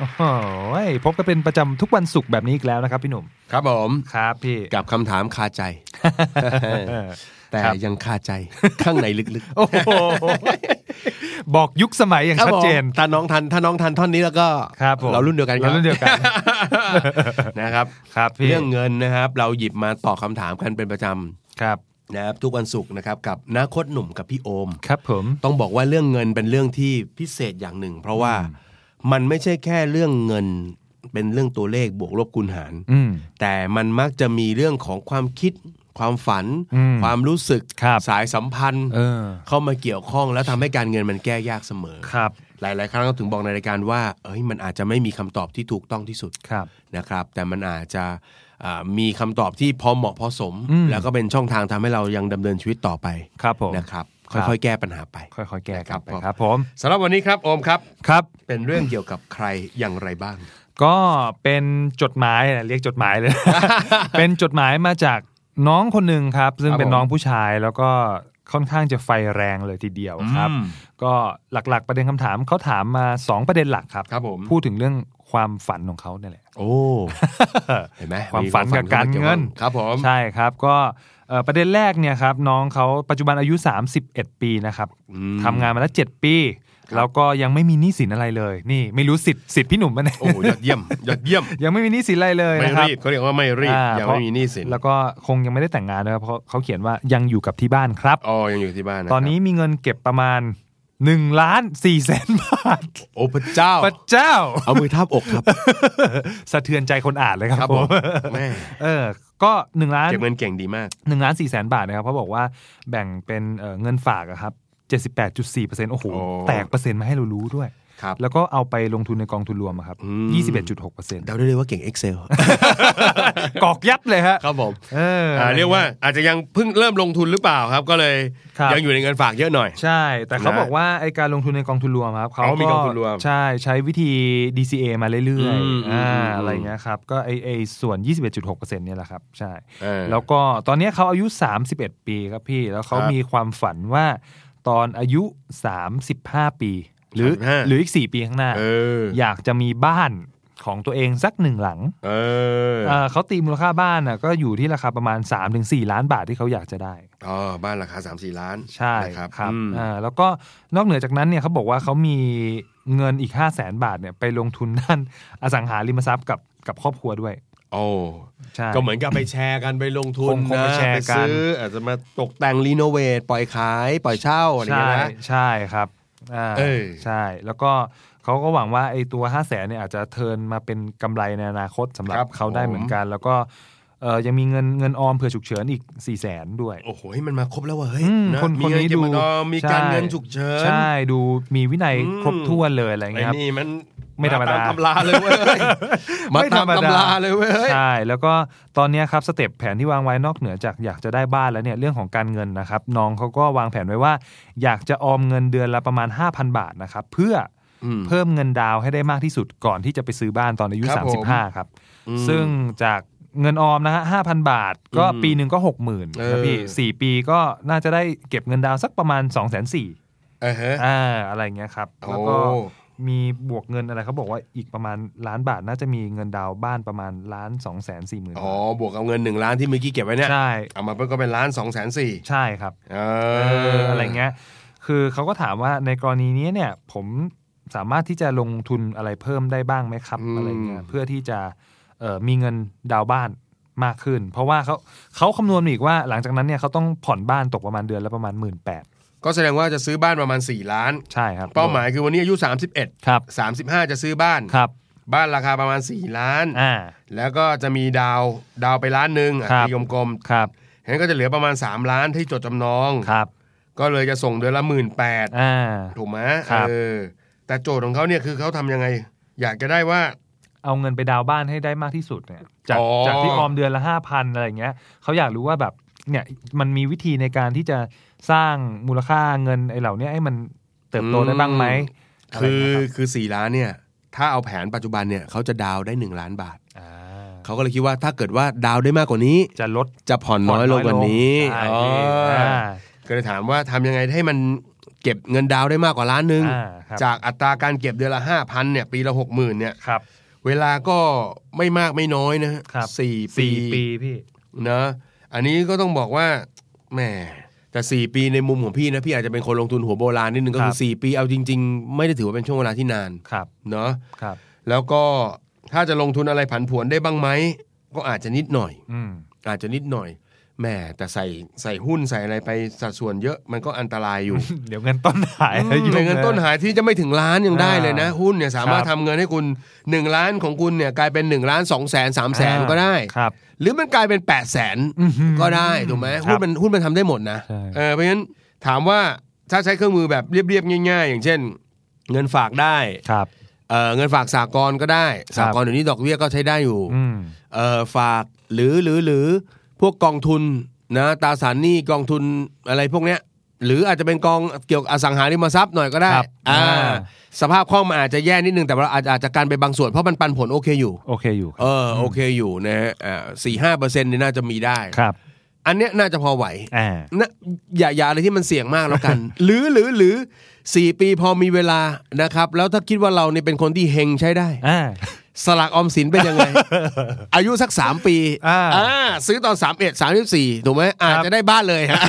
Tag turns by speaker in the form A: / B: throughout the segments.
A: โอ้โหพบกันเป็นประจำทุกวันศุกร์แบบนี้อีกแล้วนะครับพี่หนุ่ม
B: ครับผม
A: ครับพี่
B: กับคำถามคาใจ แต่
A: ครับ
B: ยังคาใจข้างในลึก
A: โอ้โห บอกยุคสมัยอย่าง
B: ๆ
A: ชัดเจน
B: ครับผมถ้าน้องทันถ้าน้องทันท่อนนี้แล้วก็
A: ครับผม
B: เรารุ่นเดียวกันคบ
A: เรารุ่นเดียวกัน
B: นะครับ
A: ครับพี่
B: เรื่องเงินนะครับ เราหยิบมาตอบคำถามกันเป็นประจ
A: ครับ
B: ำนะครับทุกวันศุกร์นะครับกับนาคตหนุ่มกับพี่โอม
A: ครับผม
B: ต้องบอกว่าเรื่องเงินเป็นเรื่องที่พิเศษอย่างหนึ่ง เพราะว่ามันไม่ใช่แค่เรื่องเงินเป็นเรื่องตัวเลขบวกลบคูณหาร
A: อืม
B: แต่มันมักจะมีเรื่องของความคิด ความฝัน
A: อืม
B: ความรู้สึก
A: ครับ
B: สายสัมพันธ์
A: เออ
B: เข้ามาเกี่ยวข้องแล้วทำให้การเงินมันแก้ยากเสมอ
A: ครับ
B: หลาย ๆ ครั้งเราถึงบอกในรายการว่า เอ้ยมันอาจจะไม่มีคำตอบที่ถูกต้องที่สุด
A: ครับ
B: นะครับ แต่มันอาจจะอ่ามีคำตอบที่พอเหมาะพอสม
A: อืม
B: แล้วก็เป็นช่องทางทำให้เรายังดำเนินชีวิตต่อไป
A: ครับผม
B: นะครับ
A: ครับ
B: ค่อย ๆ แก้ปัญหาไป
A: ค่อยๆ แก้กันไป
B: นะ
A: ค
B: ค
A: รั
B: รั
A: บบ ผม
B: สำหรับวันนี้ครับโอมครับ
A: ครับ
B: เป็นเรื่องเกี่ยวกับใครอย่างไรบ้าง
A: ก็เป็นจดหมายนะเรียกจดหมายเลย เป็นจดหมายมาจากน้องคนหนึ่งครับ ซึ่ง
B: ครับ
A: เป็น
B: ผม
A: น้องผู้ชายแล้วก็ค่อนข้างจะไฟแรงเลยทีเดียวครับ
B: อืม
A: ก็หลักๆ ประเด็นคำถามเขาถามมา 2 ประเด็นหลักครับ
B: ครับผม
A: พูดถึงเรื่องความฝันของเขาเนี่ยแหละ
B: โอ้ เห็นไหม
A: ความฝันกับการเงิน
B: ครับผม
A: ใช่ครับ ก็เอ่อประเด็นแรกเนี่ยครับน้องเขาปัจจุบันอายุ 31 ปีนะครับ
B: อืม
A: ทำงานมาแล้ว7ปี แล้วก็ยังไม่มีหนี้สินอะไรเลย นี่ไม่รู้สิทธิ์สิทธิ์พี่หนุ่มมันย
B: โอ้โหยอดเยี่ยมยอดเยี่ยม
A: ยังไม่มีหนี้สินอะไรเลย
B: ไม่
A: นะครับ
B: รีบเขาเรียกว่าไม่รีบ
A: อ่า
B: ยัง
A: เพราะ
B: ไม่มีหนี้สิน
A: แล้วก็คงยังไม่ได้แต่งงานนะครับเพราะเขาเขียนว่ายังอยู่กับที่บ้านครับ
B: อ๋อยังอยู่ที่บ้านะครับ
A: ตอนนี้มีเงินเก็บประมาณ1ล้าน4แสนบาท
B: โอ้พระเจ้า
A: พระเจ้า
B: เอามือทาบอกครับ
A: สะเทือนใจคนอ่านเลยครับ
B: ครับ
A: ผ
B: ผม มแม่
A: เออ ก็1ล้าน
B: เก็บเงินเก่งดีมาก
A: หนึ่งล้านสี่แสนบาทนะครับเขาบอกว่าแบ่งเป็นเอ่อเงินฝากอะครับ78.4เปอร์เซ็นต์โอ้โห
B: โอ้
A: แตกเปอร์เซ็นต์มาให้เรารู้ด้วย
B: ครับ
A: แล้วก็เอาไปลงทุนในกองทุนรวมอะครับ
B: อืม
A: 21.6เปอร์เซ็นต์
B: เดาได้เลยว่าเก่ง Excel
A: กอกยับเลยฮะ
B: ครับผม
A: เอออ
B: อ่าเรียกว่าอาจจะยังเพิ่งเริ่มลงทุนหรือเปล่าครับ ก็เลย
A: ครับ
B: ยังอยู่ในเงินฝากเยอะหน่อย
A: ใช่ แต่เขา
B: นะ
A: บอกว่าไอการลงทุนในกองทุนรวมครับเขา
B: อ๋อมีกองทุนรวม
A: ใช่ใช้วิธี DCA มาเรื่อย
B: อืม
A: ๆอ่า
B: อืมอืม
A: อะไรเงี้ยครับก็ไอไอส่วน 21.6%เนี่ยแหละครับ ใช่
B: เออ
A: แล้วก็ตอนเนี้ยเขาอายุ 31 ปีครับพี่ แล้วเขา
B: ครับ
A: มีความฝันว่าตอนอายุ 35 ปี หรือ
B: 35
A: หรืออีก 4 ปีข้างหน้า
B: เออ
A: อยากจะมีบ้านของตัวเองสักหนึ่งหลัง
B: เออ
A: เอ่อเขาตีมูลค่าบ้านน่ะก็อยู่ที่ราคาประมาณ 3-4 ล้านบาทที่เขาอยากจะได้
B: อ๋อบ้านราคา 3 4 ล้าน
A: ใช่
B: นะครับ อืม
A: อ่าแล้วก็นอกเหนือจากนั้นเนี่ยเขาบอกว่าเขามีเงินอีก 5 0 0แสนบาทเนี่ยไปลงทุนด้าน อสังหาริมทรัพย์กับกับครอบครัวด้วย
B: โอ้
A: ใช่
B: ก็เหมือนกับไปแชร์กันไปลงทุน
A: คงคง
B: นะ
A: ไปแชร์กัน
B: ซื้ออาจจะมาตกแต่งรีโนเวทปล่อยขายปล่อยเช่าอะไรอย่าง
A: ใช่
B: เงี้ยนะ
A: ใช่ครับอ่า
B: เออ
A: ใช่ แล้วก็เขาก็หวังว่าไอ้ตัว 5 0 0แสนเนี่ยอาจจะเทิร์นมาเป็นกำไรในอนาคตสำหรับ
B: ครับ
A: เขาได้เหมือน
B: ผม
A: กัน แล้วก็เอ่อยังมีเงินเงินออมเผื่อฉุกเฉินอีก 4 0 0แสนด้วย
B: โอ้โหมันมาครบแล้วว่ะเฮ้ย
A: อืม
B: ะ
A: คนคนนี้
B: มีเงิเก็
A: ดู
B: บเงิออมมีการ
A: ใช่
B: เงินฉุกเฉิน
A: ใช่ดูมีวินัย
B: อืม
A: ครบถ้วนเลยอะไร
B: ไอ้
A: เงี้ยครับ
B: นี่มัน
A: ไม่ธรรมดา
B: ตตำราเลยเว้ยมาตามตำราเลยเว้ย
A: ใช่ แล้วก็ตอนเนี้ยครับสเต็ปแผนที่วางไว้นอกเหนือจากอยากจะได้บ้านแล้วเนี่ยเรื่องของการเงินนะครับน้องเขาก็วางแผนไว้ว่า อยากจะออมเงินเดือนละประมาณ 5,000 บาทนะครับเพื่อ
B: อืม
A: เพิ่มเงินดาวน์ให้ได้มากที่สุดก่อนที่จะไปซื้อบ้านตอนอายุ
B: ครับผม
A: 35 ครับ
B: อืม
A: ซึ่งจากเงินออมนะฮะห้าพันบาท ก็
B: อืม
A: ปีหนึ่งก็หกหมื่น
B: เออ
A: นะพี่สี่ปีก็น่าจะได้เก็บเงินดาวน์สักประมาณ2องแสนสี่
B: เออฮ ะ
A: อ่าอะไรเงี้ยครับแล้วก็
B: โอ้
A: มีบวกเงินอะไรเขาบอกว่าอีกประมาณล้านบาทน่าจะมีเงินดาวน์บ้านประมาณล้านสองแสนสี่หมื่น
B: อ๋อบวกกับเงินหนึ่งล้านที่เมื่อกี้เก็บไว้เนี่ย
A: ใช่
B: เอามาเพิ่มก็เป็นล้านสองแสนสี่
A: ใช่ครับ
B: เอ
A: เออ
B: ออะ
A: อะไรเงี้ยคือเขาก็ถามว่าในกรณีนี้เนี่ยผมสามารถที่จะลงทุนอะไรเพิ่มได้บ้างไหมครับอะไรเงี้ยเพื่อที่จะเอ่อมีเงินดาวน์บ้านมากขึ้น เพราะว่าเขาเขาคำนวณมาอีกว่าหลังจากนั้นเนี่ยเขาต้องผ่อนบ้านตกประมาณเดือนละประมาณหมื่นแปด
B: ก็แสดงว่าจะซื้อบ้านประมาณ 4 ล้าน
A: ใช่ครับ
B: เป้าหมายคือวันนี้อายุ
A: ครับ
B: 31 35 จะซื้อบ้าน
A: ครับ
B: บ้านราคาประมาณ 4 ล้าน
A: อ่า
B: แล้วก็จะมีดาวดาวไปล้านหนึ่งอ่ะ
A: ครับ
B: ตีกลม
A: ครับ
B: ๆงั้นก็จะเหลือประมาณ 3 ล้านที่จดจำนอง
A: ครับ
B: ก็เลยจะส่งเดือนละหมื่นแปด
A: อ่า
B: ถูกไหม
A: ครับ
B: เออแต่โจทย์ของเขาเนี่ยคือเขาทำยังไง อยากจะได้ว่า
A: เอาเงินไปดาวน์บ้านให้ได้มากที่สุดเนี่ยจาก
C: อ๋อ
A: จากที่ออมเดือนละห้าพันอะไรอย่างเงี้ยเขาอยากรู้ว่าแบบเนี่ยมันมีวิธีในการที่จะสร้างมูลค่าเงินไอ้เหล่าเนี้ยให้มันเติบโตได้บ้างไหมะไร
B: คื
A: ย่าง
B: อ
A: เงี้ย
B: คือสี่ล้านเนี่ย ถ้าเอาแผนปัจจุบันเนี่ยเขาจะดาวน์ได้หนึ่งล้านบาท
A: รับอ่า
B: เขาก็เลยคิดว่าถ้าเกิดว่าดาวน์ได้มากกว่านี้
A: จะลด
B: จะผ่อนน้อยลงกว่านี้
A: ใช่
B: อ๋อ
A: พี่
B: อ
A: อ่า
B: ก็เลยถามว่าทำยังไงให้มันเก็บเงินดาวน์ได้มากกว่าล้านหนึ่ง
A: อ่าครับ
B: จากอัตราการเก็บเดือนละห้าพันเนี่ย ปีละหกหมื่นเนี่ย
A: ครับ
B: เวลาก็ไม่มากไม่น้อยนะฮะ
A: ครับ
B: สี่
A: สี่ปีพี่
B: นะอันนี้ก็ต้องบอกว่าแหมแต่สี่ปีในมุมของพี่นะพี่อาจจะเป็นคนลงทุนหัวโบราณนิดนึงก็
A: ค
B: คื
A: รั
B: อบ สี่ปีเอาจริง ๆ ไม่ได้ถือว่าเป็นช่วงเวลาที่นาน
A: ครับ
B: เนาะ
A: ครับ
B: แล้วก็ถ้าจะลงทุนอะไรผันผวนได้บ้างไหม ก็อาจจะนิดหน่อย
A: อืม
B: อาจจะนิดหน่อยแหม่แต่ใส่ใส่หุ้นใส่อะไรไปสัดส่วนเยอะมันก็อันตรายอยู่
A: เดี๋ยวเงินต้นหาย
B: อืม
A: ยุ่
B: ไม่งั้น
A: ลย
B: ต้นหายที่จะไม่ถึงล้านยังได้เลยนะ
A: อ่า
B: หุ้นเนี่ยสามารถ
A: ครับ
B: ทำเงินให้คุณ 1 ล้านของคุณเนี่ยกลายเป็น 1 ล้าน2แสน3แสนก็ได้
A: ครับ
B: หรือมันกลายเป็น8ปดแสน
A: อื้อหือ
B: ก็ได้ถูกไหม
A: ครับ
B: หุ้นมันหุ้นมันทำได้หมดนะ
A: ใช่
B: เออเพราะฉะนั้นถามว่าถ้าใช้เครื่องมือแบบเรียบๆง่าย ๆ อย่างเช่น เงินฝากได้
A: ครับ
B: เอ่อเงินฝากสากลก็ได้
A: ครับ
B: สากลเดี๋ยวนี้ดอกเบี้ยก็ใช้ได้อยู่
A: อืม
B: เอ่อฝากหรือหรือหรือพวกกองทุนนะตราสารหนี้กองทุนอะไรพวกเนี้ย หรืออาจจะเป็นกองเกี่ยวกับอสังหาริมทรัพย์หน่อยก็ได้
A: ครับ
B: อ่า
A: อ่า
B: สภาพคล่องมันอาจจะแย่นิดนึงแต่เราอาจอาจจะการไปบางส่วนเพราะมันปันผลโอเคอยู่
A: โอเคอยู่ค
B: เอ
A: รับ
B: อโอเคอยู่นะฮะอ่าสี่ห้าเปอร์เซ็นต์นี่น่าจะมีได้
A: ครับ
B: อันเนี้ยน่าจะพอไหว
A: อ่า
B: นะอย่าอย่าอะไรที่มันเสี่ยงมากแล้ว กัน หรือหรือหรือสี่ปีพอมีเวลานะครับ แล้วถ้าคิดว่าเราเนี่ยเป็นคนที่เฮงใช้ได้
A: อ่า
B: สลากออมสินเป็น ยังไง อายุสักสามปี
A: อ่า
B: อ่าซื้อตอนสามเอ็ดสามสิบสี่ถูกไหมอาจ
A: ครับ
B: จะได้บ้านเลยฮ ะ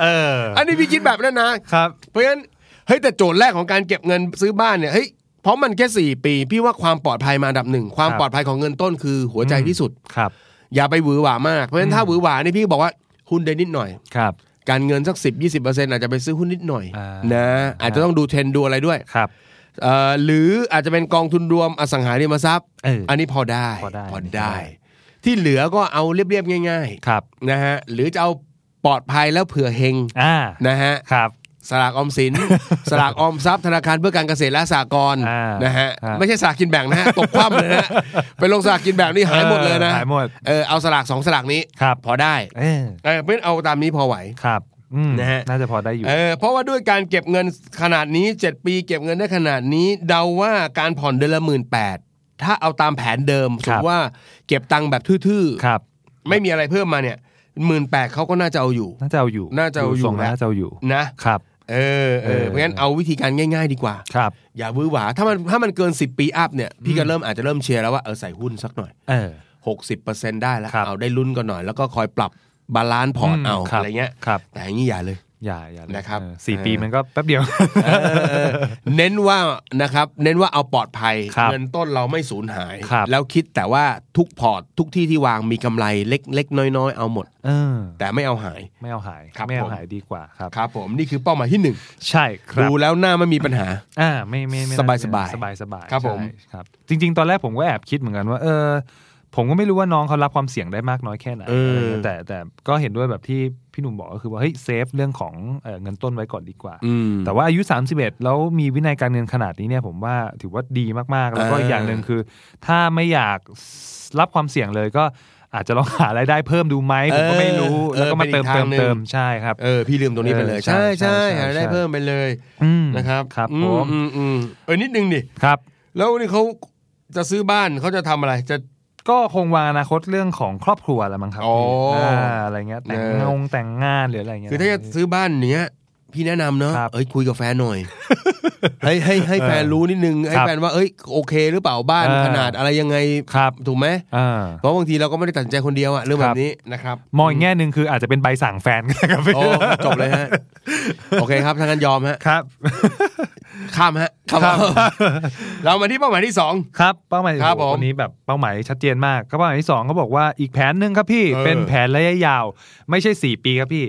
A: เออ
B: อันนี้พี่คิดแบบนั้นนะ
A: ครับ
B: เพราะฉะนั้นเฮ้ยแต่โจทย์แรกของการเก็บเงินซื้อบ้านเนี่ยเฮ้ยเพราะมันแค่สี่ปี พี่ว่าความปลอดภัยมาอันดับหนึ่งความ
A: ครับ
B: ปลอดภัยของเงินต้นคือหัวใจที่สุด
A: ครับ
B: อย่าไปหวือหวามากเพราะฉะนั้นถ้าหวือหวานี่พี่บอกว่าหุ้นได้นิดหน่อย
A: ครับ
B: การเงินสัก10 20%อาจจะไปซื้อหุ้นนิดหน่อย
A: อ่า
B: นะ
A: อ่า
B: อาจจะต้องดูเทรนด์ดูอะไรด้วย
A: ครับ
B: เอ่อหรืออาจจะเป็นกองทุนรวมอสังหาริมทรัพย์
A: เออ
B: อันนี้พอได้
A: พอได้
B: ที่เหลือก็เอาเรียบๆง่าย
A: ครับ
B: ๆนะฮะหรือจะเอาปลอดภัยแล้วเผื่อเฮง
A: อ่า
B: นะฮะ
A: ครับ
B: สลากออม สิน สลากออมทรัพย์ธนาคารเพื่อการเกษตรและสหกรณ์
A: อ่าน
B: นะฮะ
A: ฮะ
B: ไม่ใช่สลากกินแบ่ง นะฮะตกคว่ำเลยนะฮะไปลงสลากกินแบ่งนี่หายหมดเลยนะ
A: หายหมด
B: เออเอาสลากสองสลากนี้
A: ครับ
B: พอได้
A: เออ
B: เออเพื่อนเอาตามนี้พอไหว
A: ครับอืม
B: นะฮะ
A: น่าจะพอได้อยู่
B: เออเพราะว่าด้วยการเก็บเงินขนาดนี้ 7 ปีเก็บเงินได้ขนาดนี้ เดาว่าการผ่อนเดือนละหมื่นแปดถ้าเอาตามแผนเดิมส
A: ค
B: ม
A: รับ
B: มติว่าเก็บตังค์แบบทื่อ
A: ครับ
B: ๆ ไม่มีอะไรเพิ่มมาเนี่ยหมื่นแปดเขาก็น่าจะเอาอยู่
A: น่าจะเอาอยู่
B: น่าจะเอาอยู่
A: ดูทรงแล้ว
B: นะ
A: น่าจะเอาอยู่
B: นะครับ เออเอ
A: เอ
B: อ
A: อ
B: เพราะงั้นเอาวิธีการง่าย ๆ ดีกว่า
A: ครับ
B: อย่าวื้อหวาถ้ามันถ้ามันเกิน 10 ปีอัพเนี่ยพี่ก็เริ่มอาจจะเริ่มเชียร์แล้วว่าเออใส่หุ้นสักหน่อย
A: เออ
B: 60%ได้แล้ว
A: ครับ
B: เอาได้ลุ้นกันหน่อย แล้วก็คอยปรับบาลานซ์พอร์ตเอา
A: คบ
B: อะไรเงี้ย
A: ครับ
B: แต่อย่างนี้อย่าเลย
A: อย่าอย่าเลย
B: นะครับ
A: เออสี่
B: เออ
A: ปีมันก็แป๊บเดียว
B: เออเน้นว่านะครับเน้นว่าเอาปลอดภัย
A: ครับ
B: เงินต้นเราไม่สูญหาย
A: ครับ
B: แล้วคิดแต่ว่าทุกพอร์ตทุกที่ที่วางมีกำไรเล็กๆ น้อยๆ เอาหมด
A: เออ
B: แต่ไม่เอาหาย
A: ไม่เอาหาย
B: ครับ
A: ไม่เอา
B: ผม
A: หายดีกว่าครับ
B: ครับผมนี่คือเป้าหมายที่ 1
A: ใช่ครับ
B: ดูแล้วหน้าไม่มีปัญหา
A: อ่าไม่ไม่ไม่น่
B: สบายๆ
A: สบายสบายๆ
B: ครับผม
A: ใช่ครับ จริง ๆ ตอนแรกผมก็แอบคิดเหมือนกันว่า เออ ผมก็ไม่รู้ว่าน้องเขารับความเสี่ยงได้มากน้อยแค่ไหนอะไรเงี้ยแต่แต่ก็เห็นด้วยแบบที่พี่หนุ่มบอกก็คือว่าเฮ้ยเซฟเรื่องของเอ่อเงินต้นไว้ก่อนดีกว่า
B: อืม
A: แต่ว่าอายุ 31 แล้วมีวินัยการเงินขนาดนี้เนี่ยผมว่าถือว่าดีมากๆ แล้วก็
B: เอออี
A: อีกอย่างหนึ่งคือ ถ้าไม่อยากรับความเสี่ยงเลยก็อาจจะลองหารายได้เพิ่มดูไหมผมก็ไม่รู้
B: เออ
A: แล้วก็มาเติม
B: เออเป็นอี
A: เติม
B: กทางหนึ่ง
A: เติมใช่ครับ
B: เออพี่ลืมตรงนี้ไปเลย
A: เออใช่
B: ใช่
A: ใช่
B: ใช่หาได้
A: ใช่
B: เพิ่มไปเลย
A: อืม
B: นะครับ
A: ครับ
B: อื
A: ผม ม
B: อืมอืมเออนิดนึงดิ
A: ครับ
B: แล้วนี่เขาจะซื้อบ้านเขาจะทำอะไรจะ
A: ก็คงวางอนาคตเรื่องของครอบครัวแหละมั้งครับ
B: อ๋ออ่
A: าอะไรเงี้ยแต่ง
B: เนอะ
A: งงแต่งงานหรืออะไรเงี้ย
B: คือถ้าจะซื้อบ้านเนี้ย พี่แนะนำเนาะ
A: ครับ
B: เอ้ยคุยกับแฟนห น่อย ให้ให้ให้แฟนรู้นิดนึง ให้
A: ครับ
B: แฟนว่าเอ้ยโอเค หรือเปล่าบ้าน
A: เออ
B: ขนาดอะไรยังไง
A: ครับ
B: ถูกไหม
A: อ่า
B: เพราะบางทีเราก็ไม่ได้ตัดสินใจคนเดียวอะเรื่อง
A: ค
B: แบ
A: รับ
B: บนี้นะครับ
A: มองอีกแง่หนึ่งคืออาจจะเป็นใบสั่งแฟนก็ได้ครับ
B: โอ้จบเลยฮะ โอเคครับทางกันยอมฮะ
A: ครับ
B: ข้ามฮะข้าม เรามาที่เป้าหมายที่สอง
A: ครับเป้าหมาย
B: ครับผม
A: วันนี้แบบเป้าหมายชัดเจนมากก็เป้าหมายที่สองเขาบอกว่าอีกแผนหนึ่งครับพี่
B: เออ
A: เป็นแผนระยะยาว ไม่ใช่สี่ปีครับพี่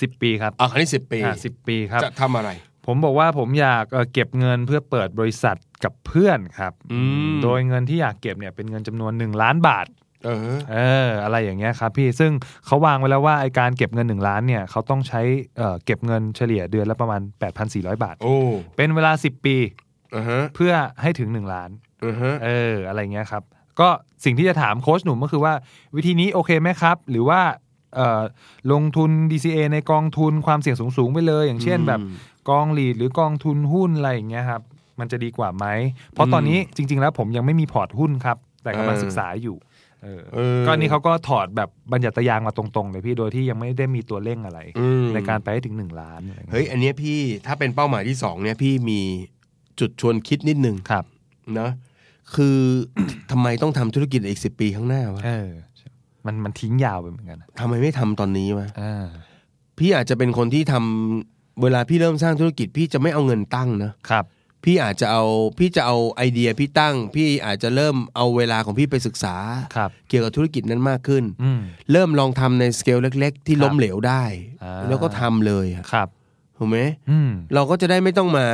A: สิบปีครับ
B: อ่ะครั้งที่สิบปี
A: อ่าสิบปีครับ
B: จะทำอะไร
A: ผมบอกว่าผมอยากเอ่อเก็บเงินเพื่อเปิดบริษัทกับเพื่อนครับ
B: อืม
A: โดยเงินที่อยากเก็บเนี่ยเป็นเงินจำนวนหนึ่งล้านบาท
B: เออ
A: เอออะไรอย่างเงี้ยครับพี่ซึ่งเขาวางไว้แล้วว่าไอการเก็บเงิน 1 ล้านเนี่ยเขาต้องใช้เอ่อเก็บเงินเฉลี่ยเดือนละประมาณ 8,400 บาท
B: โอ้
A: เป็นเวลา 10 ปี
B: อ่าฮะ
A: เพื่อให้ถึง 1 ล้าน
B: อือฮะ
A: เอออะไรเงี้ยครับ ก็สิ่งที่จะถามโค้ชหนุ่มก็คือว่าวิธีนี้โอเคไหมครับ หรือว่าเอ่อลงทุน DCA ในกองทุนความเสี่ยงสูงๆไปเลย อย่างเช่นแบบกองหลีดหรือกองทุนหุ้นอะไรอย่างเงี้ยครับ มันจะดีกว่าไหม เพราะตอนนี้จริง ๆ แล้วผมยังไม่มีพอร์ตหุ้นครับ แต่กำลังศึกษาอยู่เออ
B: เออ
A: ก็อันนี่เขาก็ถอดแบบบัญญัติยางมาตรงๆ เลยพี่โดยที่ยังไม่ได้มีตัวเร่งอะไร
B: อืม
A: ในการไปให้ถึงหนึ่งล้านอะไรเงี้ย
B: เฮ้ย อันเนี้ยพี่ถ้าเป็นเป้าหมายที่สองเนี่ยพี่มีจุดชวนคิดนิดนึง
A: ครับ
B: นะคือ ทำไมต้องทำธุรกิจอีกสิปีข้างหน้าวะ
A: เออมันมันทิ้งยาวไปเหมือนกันนะ
B: ทำไมไม่ทำตอนนี้วะ
A: อ่า
B: พี่อาจจะเป็นคนที่ทำเวลาพี่เริ่มสร้างธุรกิจพี่จะไม่เอาเงินตั้งนะครับ พี่อาจจะเอาพี่จะเอาไอเดียพี่ตั้ง พี่อาจจะเริ่มเอาเวลาของพี่ไปศึกษา
A: ครับ
B: เกี่ยวกับธุรกิจนั้นมากขึ้น
A: อืม
B: เริ่มลองทำในสเกลเล็ก ๆ ที่
A: ครับ
B: ล้มเหลวได้
A: อ่า
B: แล้วก็ทำเลยอะ
A: ครับ
B: ถูกไหม
A: อืม
B: เราก็จะได้ไม่ต้องมา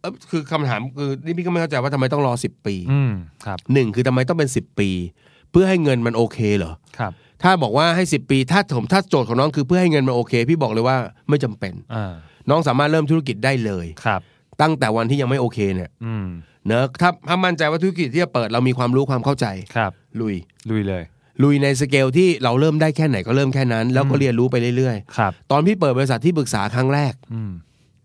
B: เอ้อคือคำถามคือนี่พี่ก็ไม่เข้าใจว่าทำไมต้องรอสิบปี
A: อืม ครับ
B: หนึ่งคือทำไมต้องเป็นสิบปี เพื่อให้เงินมันโอเคเหรอ
A: ครับ
B: ถ้าบอกว่าให้สิบปี ถ้าผมถ้าโจทย์ของน้องคือเพื่อให้เงินมันโอเค พี่บอกเลยว่าไม่จำเป็น
A: อ่า
B: น้องสามารถเริ่มธุรกิจได้เลย
A: ครับ
B: ตั้งแต่วันที่ยังไม่โอเคเนี่ย
A: อืม
B: เนอะถ้าถ้ามั่นใจว่าธุรกิจที่จะเปิดเรามีความรู้ความเข้าใจ
A: ครับ
B: ลุย
A: ลุยเลย
B: ลุยในสเกลที่เราเริ่มได้แค่ไหนก็เริ่มแค่นั้น แล้วก็เรียนรู้ไปเรื่อย
A: ครับ
B: ๆ ตอนพี่เปิดบริษัทที่ปรึกษาครั้งแรก
A: อืม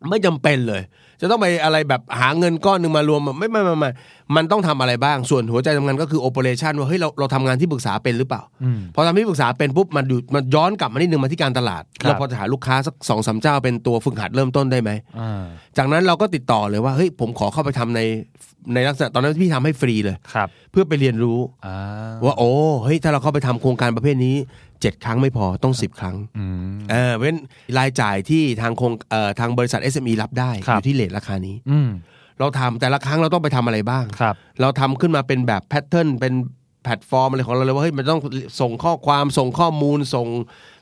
B: ไม่จำเป็นเลย จะต้องไปอะไรแบบหาเงินก้อนหนึ่งมารวมไม่ไม่ไม่ไม่มันต้องทำอะไรบ้างส่วนหัวใจสำคัญก็คือโอเปอเรชันว่าเฮ้ยเราเราทำงานที่ปรึกษาเป็นหรือเปล่า
A: อืม
B: พอทำที่ปรึกษาเป็นปุ๊บมันดูมันย้อนกลับมานิดนึงมาที่การตลาด
A: ครับ
B: เราพอจะหาลูกค้าสักสองสามเจ้าเป็นตัวฝึกหัดเริ่มต้นได้ไหม
A: อ่า
B: จากนั้นเราก็ติดต่อเลยว่าเฮ้ยผมขอเข้าไปทำในในลักษณะตอนนั้นพี่ทำให้ฟรีเลย
A: ครับ
B: เพื่อไปเรียนรู้
A: อ่า
B: ว่าโอ้เฮ้ยถ้าเราเข้าไปทำโครงการประเภทนี้เจ็ดครั้งไม่พอต้องสิบครั้ง
A: อืม
B: เออเพราะฉะนั้นรายจ่ายที่ทางโครงเอ่อทางบริษัท SME รับได้
A: ครั
B: อบ ยู่ที่เลทราคานี้
A: อืม
B: เราทำแต่ละครั้งเราต้องไปทำอะไรบ้าง
A: ครับ
B: เราทำขึ้นมาเป็นแบบแพทเทิร์นเป็นแพลตฟอร์มอะไรของเราเลยว่าเฮ้ยมันต้องส่งข้อความส่งข้อมูลส่ง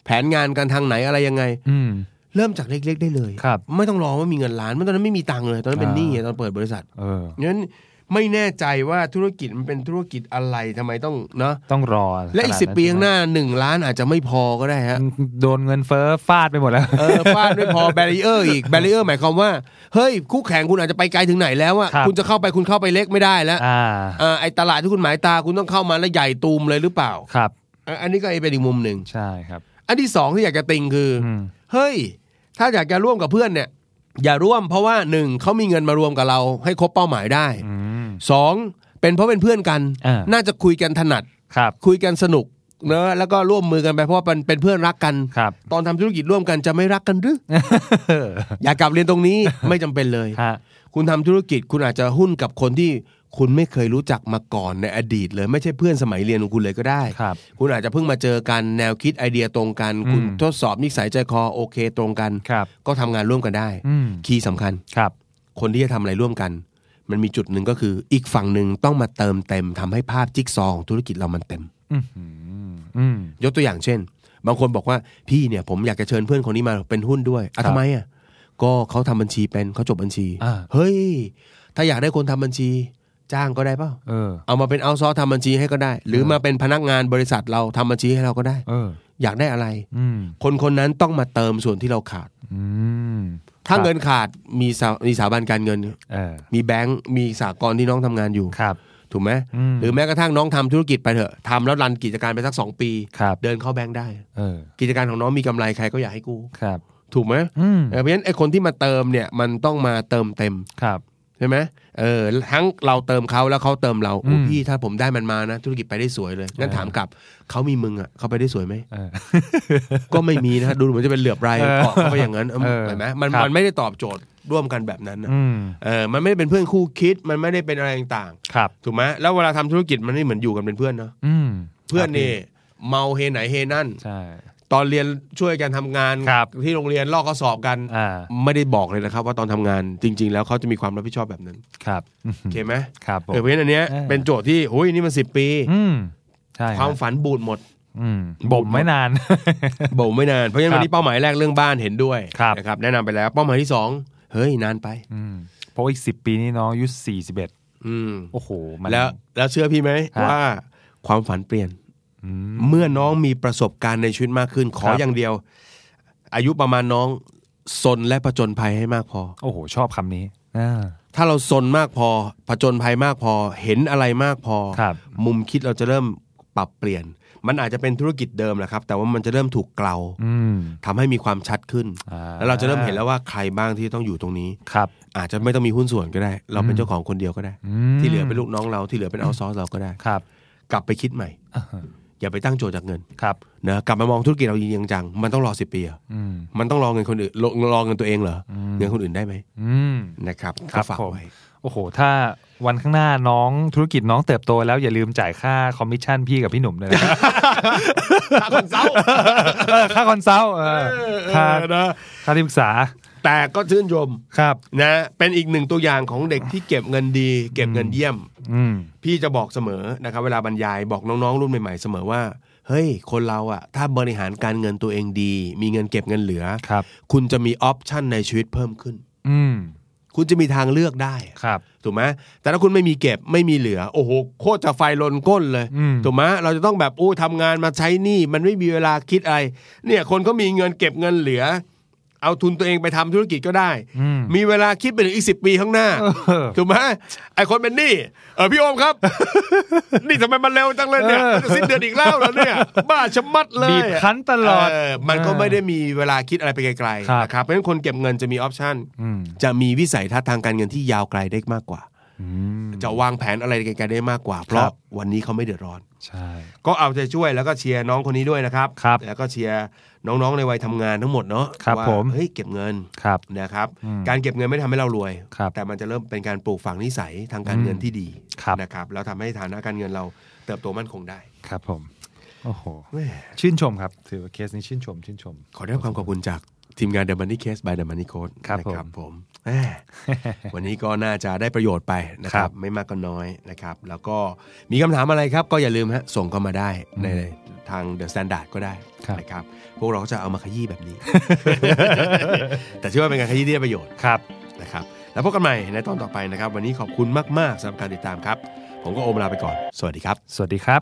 B: แผนงานกันทางไหนอะไรยังไง
A: อืม
B: เริ่มจากเล็ก ๆ ได้เลย
A: ครับ
B: ไม่ต้องรอว่ามีเงินล้านเพราะตอนนั้นไม่มีตังค์เลยตอนนั้นเป็นหนี้ไงตอนเปิดบริษัท
A: เออ
B: งั้นไม่แน่ใจว่าธุรกิจมันเป็นธุรกิจอะไรทำไมต้องเนาะ
A: ต้องรอ
B: และอีก
A: ขนด
B: สิบปีข้างหน้าหนึ่งล้านอาจจะไม่พอก็ได้ฮะ
A: อืมโดนเงินเฟ้อฟาดไปหมดแล้ว
B: เออฟาดไม่พอแบรีเออร์อีกแบรีเออร์หมายความว่า เฮ้ย คู่แข่งคุณอาจจะไปไกลถึงไหนแล้วอะ
A: ครับ
B: คุณจะเข้าไปคุณเข้าไปเล็กไม่ได้แล้ว
A: อ่า
B: อ่าไอตลาดที่คุณหมายตาคุณต้องเข้ามาแล้วใหญ่ตูมเลยหรือเปล่า
A: ครับ
B: อ่ะอันนี้ก็เป็นอีกมุมหนึ่ง
A: ใช่ครับ
B: อันที่สองที่อยากจะติงคืออ
A: อืม
B: เฮ้ย ถ้าอยากจะร่วมกับเพื่อนเนี่ย อย่าร่วมเพราะว่าหนึ่งเขามีเงินมารวมกับเรา ให้ครบเป้าหมายได้
A: อืม
B: สองเป็นเพราะเป็นเพื่อนกัน
A: อ่า
B: น่าจะคุยกันถนัด
A: ครับ
B: คุยกันสนุกเนอะแล้วก็ร่วมมือกันไปเพราะว่าเป็นเป็นเพื่อนรักกัน
A: ครับ
B: ตอนทำธุรกิจร่วมกันจะไม่รักกันหรือ อยากกลับเรียนตรงนี้ ไม่จำเป็นเลย
A: ฮะ
B: คุณทำธุรกิจคุณอาจจะหุ้นกับคนที่คุณไม่เคยรู้จักมาก่อนในอดีตเลย ไม่ใช่เพื่อนสมัยเรียนของคุณเลยก็ได้
A: ครับ
B: คุณอาจจะเพิ่งมาเจอกันแนวคิดไอเดียตรงกัน
A: อืม
B: คุณทดสอบนิสัยใจคอโอเคตรงกัน
A: ครับ
B: ก็ทำงานร่วมกันได้
A: อืม
B: คีย์สำคัญ
A: ครับ
B: คนที่จะทำอะไรร่วมกัน มันมีจุดหนึ่งก็คือ อีกฝั่งหนึ่งต้องมาเติมเต็มทำให้ภาพจิ๊กซอว์ของธุรกิจเรามันเต็ม
A: อืมอืม
B: ยกตัวอย่างเช่น บางคนบอกว่าพี่เนี่ยผมอยากจะเชิญเพื่อนคนนี้มาเป็นหุ้นด้วยอ่ะ
A: ครับ
B: ทำไมอ่ะก็เขาทำบัญชีเป็นเขาจบบัญชี
A: อ่า
B: เฮ้ย ถ้าอยากได้คนทำบัญชี จ้างก็ได้เปล่า
A: เออ
B: เอามาเป็นเอาซอทำบัญชีให้ก็ได้ หรือมาเป็นพนักงานบริษัทเราทำบัญชีให้เราก็ได้
A: เออ
B: อยากได้อะไร
A: อืม
B: คนคนนั้นต้องมาเติมส่วนที่เราขาด
A: อืม
B: ถ้า
A: ครับ
B: เงินขาดมีสามีสถาบันการเงิน
A: เออ
B: มีแบงก์มีสากลที่น้องทำงานอยู่
A: ครับ
B: ถูกไหม
A: อืม
B: หรือแม้กระทั่งน้องทำธุรกิจไปเถอะทำแล้วรันกิจการไปสักสองปี
A: ครับ
B: เดินเข้าแบงก์ได้
A: เออ
B: กิจการของน้องมีกำไรใครก็อยากให้กู้
A: ครับ
B: ถูกไหม
A: อืม
B: เออเพราะฉะนั้นไอ้คนที่มาเติมเนี่ยมันต้องมาเติมเต็ม
A: ครับ
B: ใช่ไหมเออทั้งเราเติมเขาแล้วเขาเติมเรา
A: อื
B: โอ้
A: ม
B: พี่ถ้าผมได้มันมานะ ธุรกิจไปได้สวยเลยงั้น
A: เออ
B: ถามกลับเขามีมึงอ่ะเขาไปได้สวยไหม
A: เออ
B: ก็ไม่มีนะดูเหมือนจะเป็นเหลือบไราย
A: เออ
B: เกาะเข้าไปอย่างนั้นเออ
A: เออ
B: เห็นไหมมัน
A: ครับ
B: มันไม่ได้ตอบโจทย์ร่วมกันแบบนั้นนะ
A: อืม
B: เออมันไม่ได้เป็นเพื่อนคู่คิดมันไม่ได้เป็นอะไรต่าง
A: ครับ
B: ๆถูกไหมแล้วเวลาทำธุรกิจมันไม่เหมือนอยู่กันเป็นเพื่อนเนาะ
A: อืม
B: เพื่อน
A: ครับ
B: นี่เมาเฮไหนเฮนั่น
A: ใช่
B: ตอนเรียนช่วยกันทำงาน
A: ครับ
B: ที่โรงเรียนลอกข้อสอบกัน
A: อ่า
B: ไม่ได้บอกเลยนะครับ ว่าตอนทำงานจริง ๆ แล้วเขาจะมีความรับผิดชอบแบบนั้น
A: ครับ
B: โอเคไหม
A: ครับผม
B: เออเพราะฉะนั้นอันเนี้ย
A: เออ
B: เป็นโจทย์ที่โอ้ยนี่มันสิบปี
A: อืม ใช่คว
B: คา
A: รับ
B: มฝันบูดหมด
A: อืม บ่มไม่นาน
B: บ่มไม่นาน เพราะฉะนั้นวันนี้เป้าหมายแรกเรื่องบ้านเห็นด้วย
A: ครับ
B: นะครับแนะนำไปแล้วเป้าหมายที่สองเฮ้ยนานไป
A: อืม เพราะอีกสิบปีนี่น้องอายุสี่สิบเอ็ด
B: อืม
A: โอ้โห มัน
B: แล้วแล้วเชื่อพี่ไหม
A: ฮะ
B: ว่าความฝันเปลี่ยน
A: อืม
B: เมื่อน้องมีประสบการณ์ในชีวิตมากขึ้น ขอ
A: ครับ
B: อย่างเดียว อายุประมาณน้องสนและผจญภัยให้มากพอ
A: โอ้โห ชอบคำนี้อ่า
B: ถ้าเราซนมากพอผจญภัยมากพอ เห็นอะไรมากพอ
A: ครับ
B: มุมคิดเราจะเริ่มปรับเปลี่ยน มันอาจจะเป็นธุรกิจเดิมแหละครับ แต่ว่ามันจะเริ่มถูกเกลา
A: อืม
B: ทำให้มีความชัดขึ้น
A: อ่
B: แล้วเราจะเริ่มเห็นแล้วว่าใครบ้างที่ต้องอยู่ตรงนี้
A: ครับ
B: อาจจะไม่ต้องมีหุ้นส่วนก็ได้ เราเป็นเจ้าของคนเดียวก็ได้
A: ม
B: ที่เหลือเป็นลูกน้องเราที่เหลือเป็นเอาซอร์สเราก็ได้
A: ครับ
B: กลับไปคิดใหม่
A: อ่าฮะ
B: อย่าไปตั้งโจทย์จากเงิน
A: ครับ
B: นะกลับมามองธุรกิจเราจริงๆจังมันต้องรอสิบปีเหรอ
A: อืม
B: มันต้องรอเงินคนอื่นรอรอเงินตัวเองเหรออ
A: ม
B: เงินคนอื่นได้ไหม
A: อืม
B: นะครับ
A: ครับ
B: ก็ฝาก
A: ผม
B: ไว้
A: โอ้โห ถ้าวันข้างหน้าน้องธุรกิจน้องเติบโตแล้วอย่าลืมจ่ายค่าคอมมิชชั่นพี่กับพี่หนุ่มด้วยนะ
B: ถ้าคนเศร้า
A: เออค่าคอนซัลท์เออค่าค่าที่ปรึกษา
B: แต่ก็ชื่นชม
A: ครับ
B: นะเป็นอีกหนึ่งตัวอย่างของเด็กที่เก็บเงินดี เก็บเงินเยี่ยม
A: อืม
B: พี่จะบอกเสมอนะครับ เวลาบรรยายบอกน้องๆรุ่นใหม่ๆเสมอว่า เฮ้ย คนเราอะถ้าบริหารการเงินตัวเองดี มีเงินเก็บเงินเหลือ
A: ครับ
B: คุณจะมีออปชันในชีวิตเพิ่มขึ้น
A: อืม
B: คุณจะมีทางเลือกได้อะ
A: ครับ
B: ถูกไหมแต่ถ้าคุณไม่มีเก็บไม่มีเหลือ โอ้โหโคตรจะไฟลนก้นเลย
A: อืม
B: ถูกไหมเราจะต้องแบบอู้ทำงานมาใช้หนี้มันไม่มีเวลาคิดอะไร เนี่ยคนเขามีเงินเก็บเงินเหลือ เอาทุนตัวเองไปทำธุรกิจก็ได้
A: อืม
B: มีเวลาคิดไปถึงอีกสิบปีข้างหน้า
A: เออ
B: ถูกไหมไอคนเป็นหนี้เออพี่โอม ครับ นี่ทำไมมันเร็วจังเลยเนี่ย
A: เออ
B: มันจะสิ้นเดือนอีกแล้วแล้วเนี่ย บ้าชะมัดเลย
A: บีบคั้นตลอด
B: เมันก็
A: เออ
B: ไม่ได้มีเวลาคิดอะไรไปไกล
A: ครับ
B: ๆนะครับเพราะฉะนั้นคนเก็บเงินจะมีออปชัน
A: อืม
B: จะมีวิสัยทัศน์ทางการเงินที่ยาวไกลได้มากกว่า
A: อืม
B: จะวางแผนอะไรไกลๆได้มากกว่า เพ
A: ครั
B: ราะ
A: บ
B: วันนี้เขาไม่เดือดร้อน
A: ใช่
B: ก็เอาใจช่วยแล้วก็เชียร์น้องคนนี้ด้วยนะครับ
A: ครับ
B: แล้วก็เชียร์น้องๆในวัยทำงานทั้งหมดเนาะ
A: ครับ
B: ว่า
A: ผม
B: เฮ้ยเก็บเงิน
A: ครับ
B: นะครับ
A: อืม
B: การเก็บเงินไม่ทำให้เรารวย
A: ครับ
B: แต่มันจะเริ่มเป็นการปลูกฝังนิสัยทางการเงินที่ดี
A: ครับ
B: นะครับแล้วทำให้ฐานะการเงินเราเติบโตมั่นคงได้
A: ครับผม โอ้โห
B: แม่
A: ชื่นชมครับ ถือว่าเคสนี้ชื่นชม ชื่นชม
B: ขอได้รับความขอบคุณจากทีมงาน The Money Case by The Money Code
A: ครับ
B: นะผมแม่ วันนี้ก็น่าจะได้ประโยชน์ไปนะค
A: ครั
B: รับ
A: บ
B: ไม่มากก็น้อยนะครับ แล้วก็มีคำถามอะไรครับ ก็อย่าลืมฮะส่งเข้ามาได้ในทาง The Standard ก็ได้นะครับพวกเราก็จะเอามาขยี้แบบนี้ แต่เชื่อว่าเป็นการขยี้ที่ได้ประโยชน์
A: ครับ
B: นะครับแล้วพบกันใหม่ในตอนต่อไปนะครับ วันนี้ขอบคุณมาก ๆสำหรับการติดตามครับ ผมก็โอมลาไปก่อน สวัสดีครับ
A: สวัสดีครับ